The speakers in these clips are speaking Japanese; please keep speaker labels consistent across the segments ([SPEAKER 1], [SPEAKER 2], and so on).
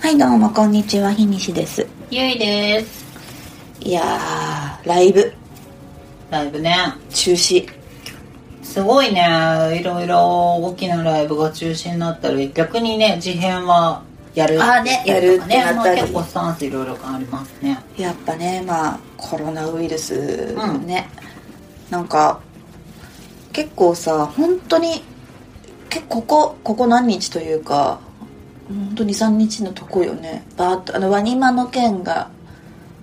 [SPEAKER 1] はいどうもこんにちはひにしです
[SPEAKER 2] ゆいです
[SPEAKER 1] いやーライブ
[SPEAKER 2] ライブね
[SPEAKER 1] 中止
[SPEAKER 2] すごいねいろいろ大きなライブが中止になったり逆にね事変はやる
[SPEAKER 1] あーねやるってな
[SPEAKER 2] ね
[SPEAKER 1] っ
[SPEAKER 2] もう
[SPEAKER 1] たり
[SPEAKER 2] 結構スタンスいろいろありますね
[SPEAKER 1] やっぱねまあコロナウイルス
[SPEAKER 2] うん
[SPEAKER 1] ね、なんか結構さ本当に結構ここここ何日というか本当23日のとこよねバーッとあのワニマの件が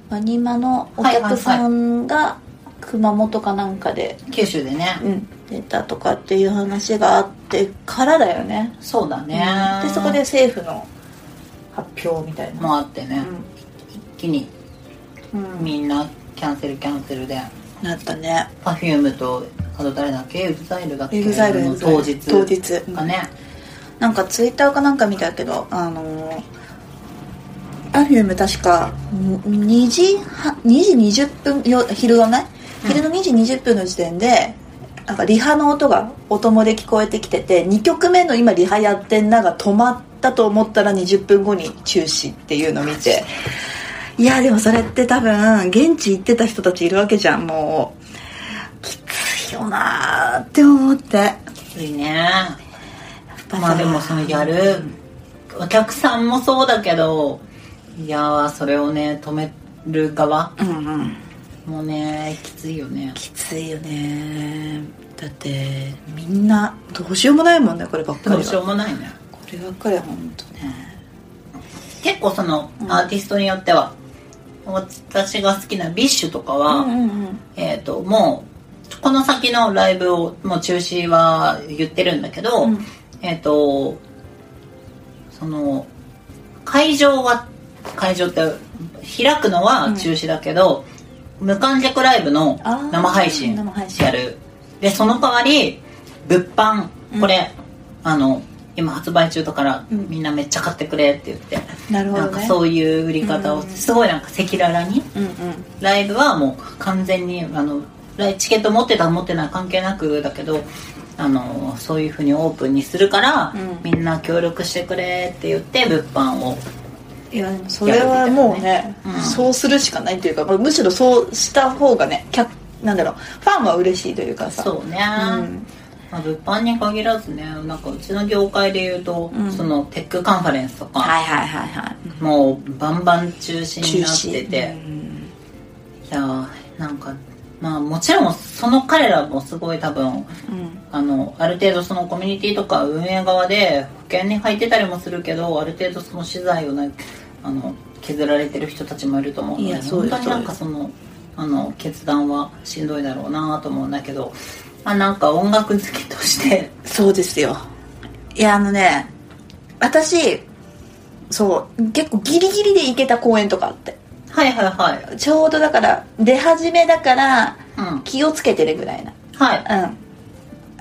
[SPEAKER 1] ワニマのお客さんが熊本かなんかで、
[SPEAKER 2] 九州でね
[SPEAKER 1] うん、出たとかっていう話があってからだよね
[SPEAKER 2] そうだね
[SPEAKER 1] でそこで政府の発表みたいな、
[SPEAKER 2] もあってね、一気に
[SPEAKER 1] うんうん
[SPEAKER 2] みんなキャンセルキャンセルで
[SPEAKER 1] なったね
[SPEAKER 2] Perfume とあと誰だっけ EXILE だっけ
[SPEAKER 1] EXILE
[SPEAKER 2] の当日
[SPEAKER 1] 当日
[SPEAKER 2] がね、
[SPEAKER 1] なんかツイッターかなんか見たけどあのー Perfume 確かん2時は2時20分よ昼のね
[SPEAKER 2] うん
[SPEAKER 1] 昼の2時20分の時点で、なんかリハの音がお供で聞こえてきてて2曲目の今リハやってんなが止まったと思ったら20分後に中止っていうの見ていやでもそれって多分現地行ってた人たちいるわけじゃんもうきついよなーって思って
[SPEAKER 2] いいねまあでもそのやるお客さんもそうだけどいやーそれをね止める側
[SPEAKER 1] うんうん
[SPEAKER 2] もねきついよね
[SPEAKER 1] きついよねだってみんなどうしようもないもんねこればっかり
[SPEAKER 2] ど
[SPEAKER 1] は
[SPEAKER 2] うしようもないね
[SPEAKER 1] こればっかりは本当ね
[SPEAKER 2] 結構その
[SPEAKER 1] うん
[SPEAKER 2] アーティストによっては、私が好きなビッシュとかは、
[SPEAKER 1] うんうんうん
[SPEAKER 2] えっ、ともうこの先のライブをもう中止は言ってるんだけど、
[SPEAKER 1] うん
[SPEAKER 2] えっ、とその会場は会場って開くのは中止だけど、無観客ライブの
[SPEAKER 1] あー
[SPEAKER 2] 生配信
[SPEAKER 1] 生配信
[SPEAKER 2] やるでその代わり物販
[SPEAKER 1] うん
[SPEAKER 2] これ、あの今発売中だから、
[SPEAKER 1] うん
[SPEAKER 2] みんなめっちゃ買ってくれって言って
[SPEAKER 1] なるほど
[SPEAKER 2] な
[SPEAKER 1] ね
[SPEAKER 2] んかそういう売り方を、
[SPEAKER 1] うん
[SPEAKER 2] すごいなんか赤裸々に
[SPEAKER 1] うんうん
[SPEAKER 2] ライブはもう完全にあのライチケット持ってた持ってない関係なくだけどあのそういうふうにオープンにするから、
[SPEAKER 1] うん
[SPEAKER 2] みんな協力してくれって言って物販を
[SPEAKER 1] いやでもそれはもうね、
[SPEAKER 2] やるみたいなねうん
[SPEAKER 1] そうするしかないというかまあむしろそうした方がね客なんだろうファンは嬉しいというかさ
[SPEAKER 2] そうね、
[SPEAKER 1] ん
[SPEAKER 2] まあ、物販に限らずねなんかうちの業界でいうと、
[SPEAKER 1] うん
[SPEAKER 2] そのテックカンファレンスとか、
[SPEAKER 1] はいはいはいはい
[SPEAKER 2] もうバンバン中止になってて、
[SPEAKER 1] うん
[SPEAKER 2] いやーなんかまあもちろんその彼らもすごい多分
[SPEAKER 1] うん
[SPEAKER 2] あのある程度そのコミュニティとか運営側で保険に入ってたりもするけどある程度その資材をねあの削られてる人たちもいると思うの
[SPEAKER 1] い
[SPEAKER 2] で
[SPEAKER 1] やそう
[SPEAKER 2] 本
[SPEAKER 1] よ
[SPEAKER 2] 当になんかそのあの決断はしんどいだろうなと思うんだけど、まあ、なんか音楽好きとして
[SPEAKER 1] そうですよいやあのね私そう結構ギリギリで行けた公演とかあって
[SPEAKER 2] はいはいはい
[SPEAKER 1] ちょうどだから出始めだから
[SPEAKER 2] うん
[SPEAKER 1] 気をつけてねぐらいな
[SPEAKER 2] はい
[SPEAKER 1] うん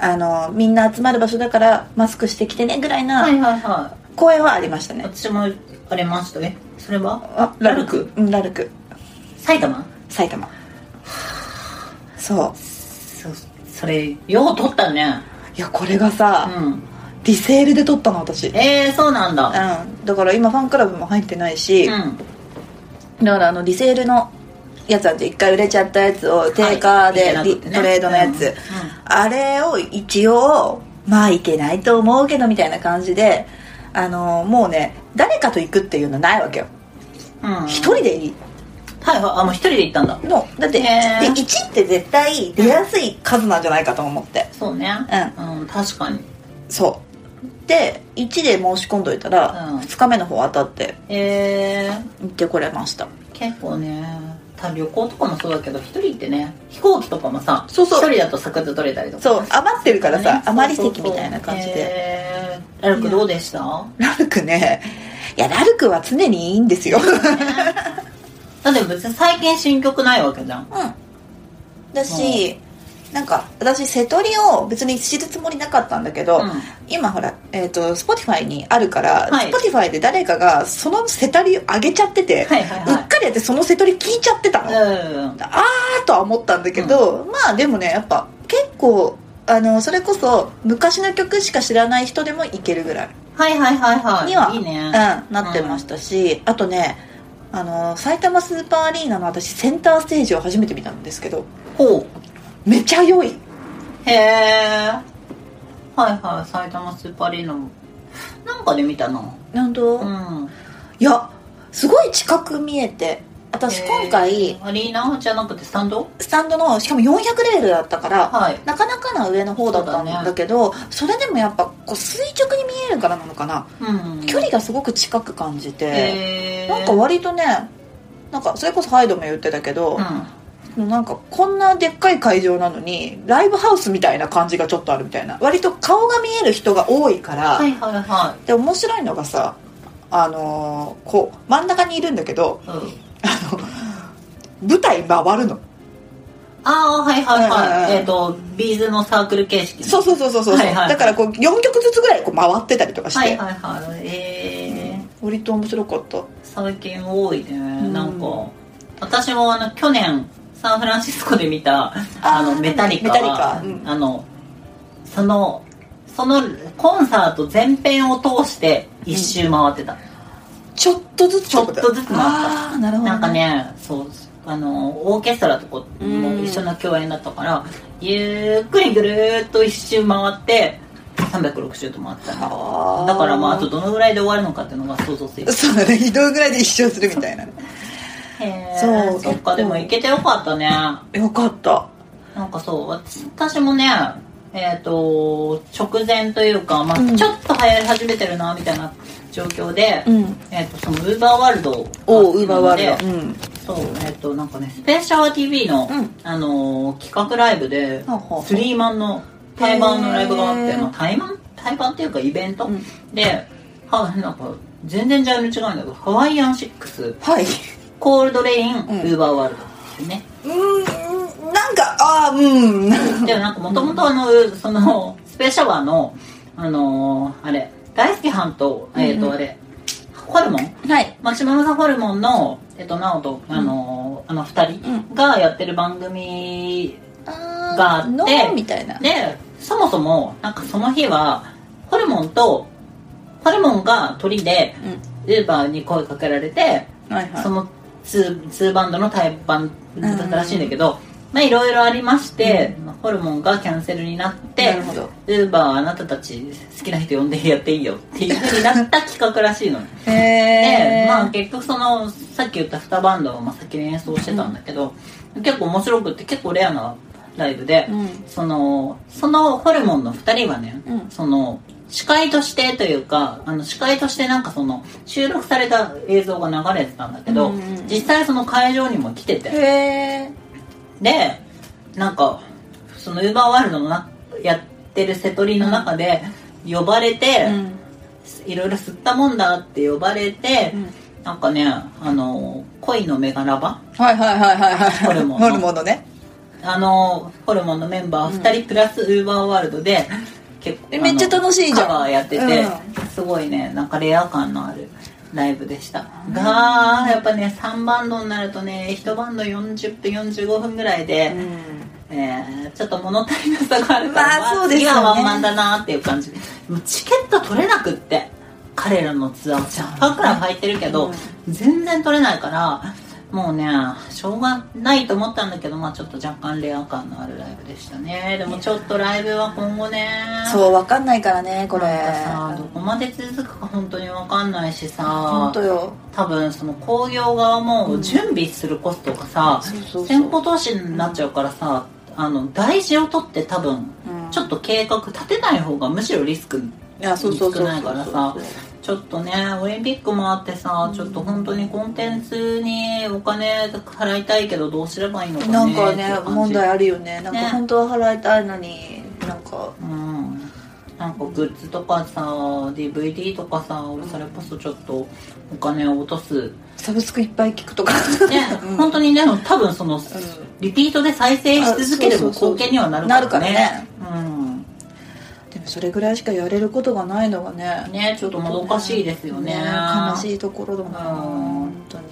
[SPEAKER 1] あのみんな集まる場所だからマスクしてきてねぐらい
[SPEAKER 2] は
[SPEAKER 1] ない
[SPEAKER 2] はいは
[SPEAKER 1] 公演はありました
[SPEAKER 2] い
[SPEAKER 1] ね、
[SPEAKER 2] 私もありましたねそれは
[SPEAKER 1] あラルクうんラルク
[SPEAKER 2] 埼玉
[SPEAKER 1] 埼玉そ
[SPEAKER 2] そそれよう取ったね
[SPEAKER 1] ういやこれがさ、
[SPEAKER 2] うん
[SPEAKER 1] リセールで撮ったの私うん
[SPEAKER 2] ええー、そうなんだ
[SPEAKER 1] だから今ファンクラブも入ってないし、
[SPEAKER 2] うん
[SPEAKER 1] だからあのリセールのやつなんて一回売れちゃったやつを定価で
[SPEAKER 2] はい
[SPEAKER 1] リ
[SPEAKER 2] いけなくてね
[SPEAKER 1] トレードのやつ、
[SPEAKER 2] うんうん
[SPEAKER 1] あれを一応まあいけないと思うけどみたいな感じであのもうね誰かと行くっていうのないわけよ
[SPEAKER 2] うん
[SPEAKER 1] 一、人でいい
[SPEAKER 2] はいはいあもう一人で行ったんだ
[SPEAKER 1] のだって
[SPEAKER 2] へー
[SPEAKER 1] で1って絶対出やすい数なんじゃないかと思って
[SPEAKER 2] そうねうん、確かに
[SPEAKER 1] そうで1で申し込んどいたら、
[SPEAKER 2] うん
[SPEAKER 1] 2日目の方当たって
[SPEAKER 2] えー、
[SPEAKER 1] 行ってこれました
[SPEAKER 2] 結構ね多分旅行とかもそうだけど一人ってね飛行機とかもさ
[SPEAKER 1] そうそう
[SPEAKER 2] 一人だとサクッと取れたりとか
[SPEAKER 1] そう余ってるからさ、
[SPEAKER 2] ね
[SPEAKER 1] 余り
[SPEAKER 2] そう
[SPEAKER 1] 席
[SPEAKER 2] そうそう
[SPEAKER 1] みたいな感じで、
[SPEAKER 2] えー、ラルクどうでした
[SPEAKER 1] ラルクねいやラルクは常にいいんですようん
[SPEAKER 2] だって別に最近新曲ないわけじゃん
[SPEAKER 1] だし、なんか私瀬戸りを別に知るつもりなかったんだけど、
[SPEAKER 2] うん
[SPEAKER 1] 今ほら、えー、と Spotify にあるから、
[SPEAKER 2] はい
[SPEAKER 1] Spotify で誰かがその瀬戸りを上げちゃってて、
[SPEAKER 2] はいはいう
[SPEAKER 1] っかりやってその瀬戸り聞いちゃってたの、あ
[SPEAKER 2] はいうん
[SPEAKER 1] ーとは思ったんだけど、まあでもねやっぱ結構あのそれこそ昔の曲しか知らない人でもいけるぐらい
[SPEAKER 2] はいはいはいはい
[SPEAKER 1] には、
[SPEAKER 2] いいね
[SPEAKER 1] うん、なってましたし、あとねあの埼玉スーパーアリーナの私センターステージを初めて見たんですけど
[SPEAKER 2] ほ
[SPEAKER 1] めちゃ良いう
[SPEAKER 2] へえはいはい埼玉スーパーアリーナもなんかで見たな
[SPEAKER 1] なんと、
[SPEAKER 2] う
[SPEAKER 1] い
[SPEAKER 2] ん
[SPEAKER 1] やすごい近く見えて私
[SPEAKER 2] へー
[SPEAKER 1] 今回
[SPEAKER 2] アリーナじゃなくてスタンド
[SPEAKER 1] スタンドのしかも400レールだったから、
[SPEAKER 2] はい
[SPEAKER 1] なかなかな上の方だったん
[SPEAKER 2] そうだね
[SPEAKER 1] だけどそれでもやっぱこう垂直に見えるからなのかな、
[SPEAKER 2] うん
[SPEAKER 1] 距離がすごく近く感じて、
[SPEAKER 2] へえ
[SPEAKER 1] なんか割とねなんかそれこそハイドも言ってたけど、なんかこんなでっかい会場なのにライブハウスみたいな感じがちょっとあるみたいな割と顔が見える人が多いから、
[SPEAKER 2] はいはいは
[SPEAKER 1] で面白いのがさあのーこう真ん中にいるんだけど
[SPEAKER 2] い、うん、
[SPEAKER 1] あの舞台回るの
[SPEAKER 2] ああはいはい
[SPEAKER 1] はいはい
[SPEAKER 2] は
[SPEAKER 1] はいい
[SPEAKER 2] えっ、とビーズのサークル形式
[SPEAKER 1] そうそうそうそうそう、
[SPEAKER 2] はいはい
[SPEAKER 1] だからこう4曲ずつぐらいこう回ってたりとかして、
[SPEAKER 2] はいはいはいええ
[SPEAKER 1] 割と面白かった
[SPEAKER 2] 最近多いね、
[SPEAKER 1] ん
[SPEAKER 2] なんか私もあの去年サンフランシスコで見たあのメタリカ
[SPEAKER 1] メタリカ
[SPEAKER 2] は、
[SPEAKER 1] うん
[SPEAKER 2] あのそのそのコンサート全編を通して一周回ってた、
[SPEAKER 1] ちょっとずつ
[SPEAKER 2] ちょっとずつ回った
[SPEAKER 1] ああなるほど、
[SPEAKER 2] なんかねそうあのオーケストラとこ
[SPEAKER 1] うん
[SPEAKER 2] も一緒の共演だったから、ゆっくりぐるーっと一周回って360度回ってたね
[SPEAKER 1] あー
[SPEAKER 2] だからまああとどのぐらいで終わるのかっていうのが想像つい て
[SPEAKER 1] そうだね移動ぐらいで一生するみたいな
[SPEAKER 2] へえ
[SPEAKER 1] そう
[SPEAKER 2] そっかでも行けてよかったね
[SPEAKER 1] よかった
[SPEAKER 2] なんかそう私私もねえっ、と直前というか、まあ
[SPEAKER 1] うん
[SPEAKER 2] ちょっと流行り始めてるなみたいな状況で、
[SPEAKER 1] うん
[SPEAKER 2] えっとそのウーバーワールド
[SPEAKER 1] おウーバーワール
[SPEAKER 2] で
[SPEAKER 1] ドうん
[SPEAKER 2] そうえっ、となんかねスペースシャワー TV の、
[SPEAKER 1] うん
[SPEAKER 2] あのー企画ライブで
[SPEAKER 1] ほうほうほう
[SPEAKER 2] スリーマンの対バンのライブがあっ
[SPEAKER 1] へ
[SPEAKER 2] て、
[SPEAKER 1] ー
[SPEAKER 2] まあ、対バン対バンっていうかイベント、
[SPEAKER 1] うん
[SPEAKER 2] ではなんか全然ジャンル違うんだけどハワイアンシックス
[SPEAKER 1] はい
[SPEAKER 2] コールドレイン、
[SPEAKER 1] ん
[SPEAKER 2] ウーバーワールドっていうね
[SPEAKER 1] うーんなんかああうん
[SPEAKER 2] でもなんかもともとあの、そのスペースシャワーのあのーあれ大好き班とえっ、とあれ、ホルモン
[SPEAKER 1] はい
[SPEAKER 2] マキシマムザホルモンのえっ、とナオとあのーあの二人がやってる番組があ
[SPEAKER 1] あ
[SPEAKER 2] っ
[SPEAKER 1] あ
[SPEAKER 2] て
[SPEAKER 1] のーみたいな
[SPEAKER 2] でそもそもなんかその日はホルモンとホルモンが鳥で
[SPEAKER 1] う
[SPEAKER 2] ウーバーに声かけられて
[SPEAKER 1] はいはい
[SPEAKER 2] その 2, 2バンドの対バンだったらしいんだけど、まあいろいろありまして、ホルモンがキャンセルになって
[SPEAKER 1] なるほど
[SPEAKER 2] ウーバーあなたたち好きな人呼んでやっていいよっていうふうになった企画らしいのね
[SPEAKER 1] へ
[SPEAKER 2] で
[SPEAKER 1] え
[SPEAKER 2] まあ結局そのさっき言った2バンドをまあ先に演奏してたんだけど、結構面白くって結構レアなライブで、
[SPEAKER 1] うん
[SPEAKER 2] そのそのホルモンの2人はね、
[SPEAKER 1] うん
[SPEAKER 2] その司会としてというかあの司会としてなんかその収録された映像が流れてたんだけど、
[SPEAKER 1] うんうん
[SPEAKER 2] 実際その会場にも来てて、
[SPEAKER 1] へえ
[SPEAKER 2] でなんかそのウーバーワールドのなやってるセトリの中で呼ばれて、
[SPEAKER 1] うん
[SPEAKER 2] いろいろ吸ったもんだって呼ばれて、
[SPEAKER 1] うん
[SPEAKER 2] なんかねあの恋のメガラバ
[SPEAKER 1] はいはいはいはいはい
[SPEAKER 2] ホルモン
[SPEAKER 1] ホルモンのね
[SPEAKER 2] あのホルモンのメンバー2人プラスウーバーワールドで、 結構
[SPEAKER 1] えめっちゃ楽しいじゃん
[SPEAKER 2] カバーやってて、
[SPEAKER 1] う
[SPEAKER 2] すごいねなんかレア感のあるライブでしたがやっぱね3バンドになるとね1バンド40分45分ぐらいで、えーちょっと物足りなさがあるから、
[SPEAKER 1] まあそうですよね
[SPEAKER 2] 次はワンマンだなっていう感じでもうチケット取れなくって彼らのツアージャパンクラブ入ってるけど、全然取れないからもうねしょうがないと思ったんだけど、まあ、ちょっと若干レア感のあるライブでしたねでもちょっとライブは今後ね
[SPEAKER 1] そうわかんないからねこれ
[SPEAKER 2] なんかさどこまで続くか本当に分かんないしさ
[SPEAKER 1] 本当よ
[SPEAKER 2] 多分その工業側も準備するコストがさ、
[SPEAKER 1] そうそうそう
[SPEAKER 2] 先行投資になっちゃうからさ、あの大事を取って多分
[SPEAKER 1] うん
[SPEAKER 2] ちょっと計画立てない方がむしろリスク
[SPEAKER 1] いやそうそうそうそう
[SPEAKER 2] 少ないからさちょっとねオリンピックもあってさちょっと本当にコンテンツにお金払いたいけどどうすればいいのかね
[SPEAKER 1] なんか
[SPEAKER 2] って
[SPEAKER 1] ね
[SPEAKER 2] いう感じ
[SPEAKER 1] 問題あるよねなん
[SPEAKER 2] ね
[SPEAKER 1] か本当は払いたいのになんか
[SPEAKER 2] うんなんかグッズとかさ DVD とかさ俺それこそちょっとお金を落とす
[SPEAKER 1] サブスクいっぱい聞くとか
[SPEAKER 2] ね、本当にね多分その、リピートで再生し続ければ
[SPEAKER 1] あそうそうそう
[SPEAKER 2] 貢献にはなるからね
[SPEAKER 1] なる
[SPEAKER 2] うん
[SPEAKER 1] でもそれぐらいしかやれることがないのがね
[SPEAKER 2] ねちょっともどかしいですよね
[SPEAKER 1] 悲しいところだな
[SPEAKER 2] うん
[SPEAKER 1] 本当に